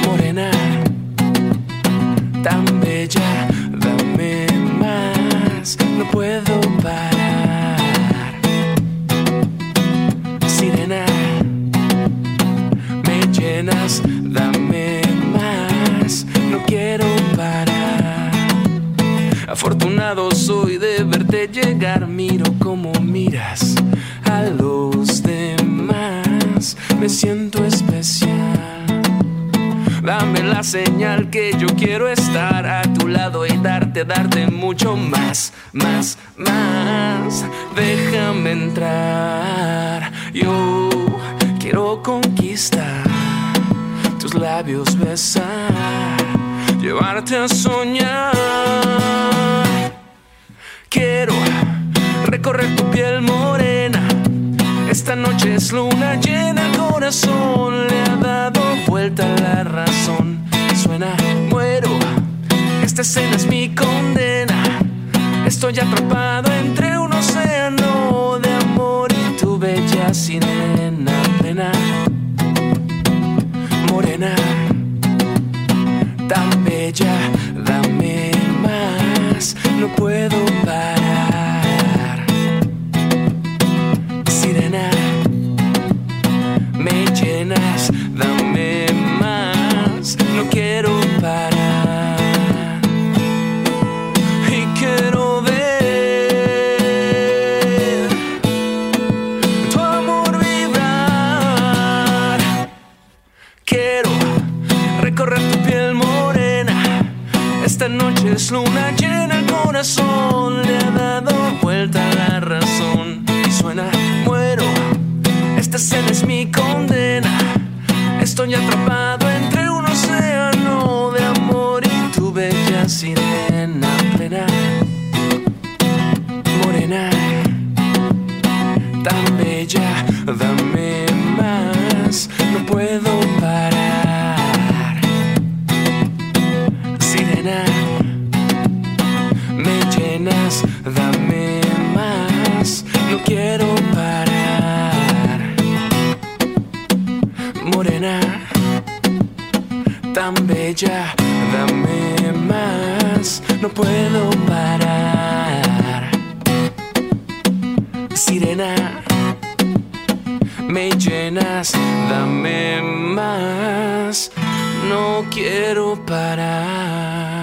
Speaker 14: morena, tan bella. Dame más, no puedo parar. Sirena, me llenas, dame más, no quiero parar. Afortunado soy de verte llegar, miro como miras a los demás, me siento especial. Dame la señal que yo quiero estar a tu lado y darte, darte mucho más, más, más. Déjame entrar. Yo quiero conquistar tus labios, besar, llevarte a soñar. Quiero recorrer tu piel morena. Esta noche es luna llena, el corazón le ha dado vuelta la razón. Suena, muero. Esta escena es mi condena. Estoy atrapado entre un océano de amor y tu bella sirena plena, morena, tan bella. Dame más, no puedo parar. Sirena, me llenas dame más, no quiero parar. Y quiero ver tu amor vibrar. Quiero recorrer tu piel morena. Esta noche es luna llena, el corazón le ha dado vuelta la razón. Y suena, muero. Esta escena es mi condena. Estoy atrapado entre un océano de amor y tu bella sirena plena, morena, tan bella, dame más, no puedo parar. Sirena, me llenas, dame más, no quiero parar morena, tan bella, dame más, no puedo parar. Sirena, me llenas, dame más, no quiero parar.